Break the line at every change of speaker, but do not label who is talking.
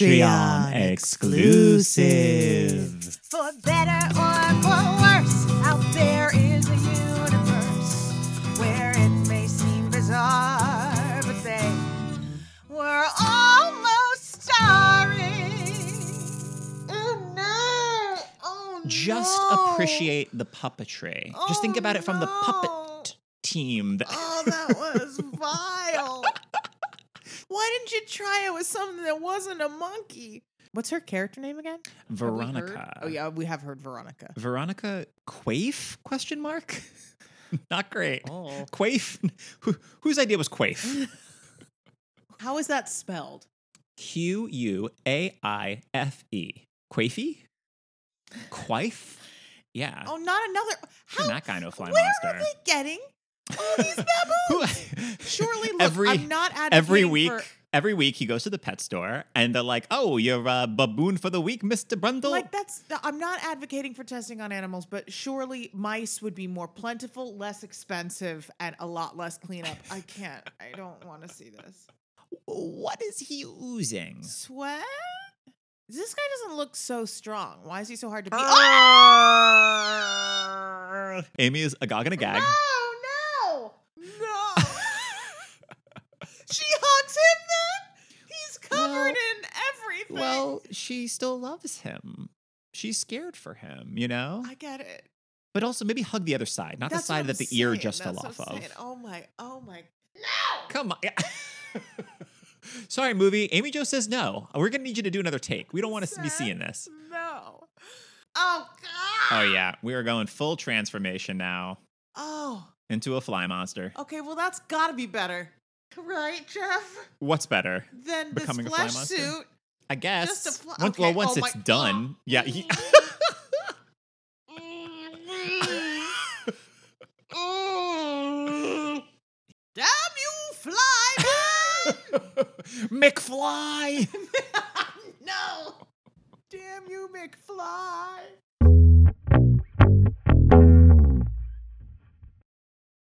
Patreon exclusive.
For better or for worse, out there is a universe where it may seem bizarre, but they were almost starring. Oh no! Oh
Just
no.
appreciate the puppetry. Just think
Oh,
about it from the
no.
puppet team. that-
Oh, that was vile. Why didn't you try it with something that wasn't a monkey? What's her character name again? Have we heard?
Veronica.
Oh yeah, we have heard Veronica.
Veronica Quaife? Question mark. Not great.
Oh.
Quaife. Who, whose idea was Quaife?
How is that spelled?
Q U A I F E. Quaife. Quaife. Yeah.
Oh, not another. How,
You're not kind of a flying
where are
monster.
they getting all these baboons?
Who-
Surely, look,
every
I'm not advocating
every week.
for-
Every week he goes to the pet store and they're like, "Oh, you're a baboon for the week, Mister Brundle."
like that's I'm not advocating for testing on animals, but surely mice would be more plentiful, less expensive, and a lot less cleanup. I can't. I don't want to see this.
what is he oozing?
Sweat? This guy doesn't look so strong. Why is he so hard to beat?
Amy is agog and agag.
Oh Ah! no! No! she hugs him then? He's covered in everything.
Well, she still loves him. She's scared for him, you know.
I get it.
But also, maybe hug the other side, not
That's
the
what
side
I'm
that the ear
saying.
just fell
That's
off
what I'm
of.
saying. Oh my, oh my.
Come on. Yeah. Sorry, movie. Amy Jo says no. We're gonna need you to do another take. We don't want to be
Sir?
seeing this.
No. Oh god.
Oh yeah, we are going full transformation now
Oh.
into a fly monster.
Okay, well that's got to be better. Right, Jeff?
What's better?
Then this
Becoming a fly
flesh
monster.
suit.
I guess.
Just a fly.
once, well,
okay,
once
oh
it's
my-
done, yeah. he-
Damn you, fly man!
McFly.
no! Damn you, McFly!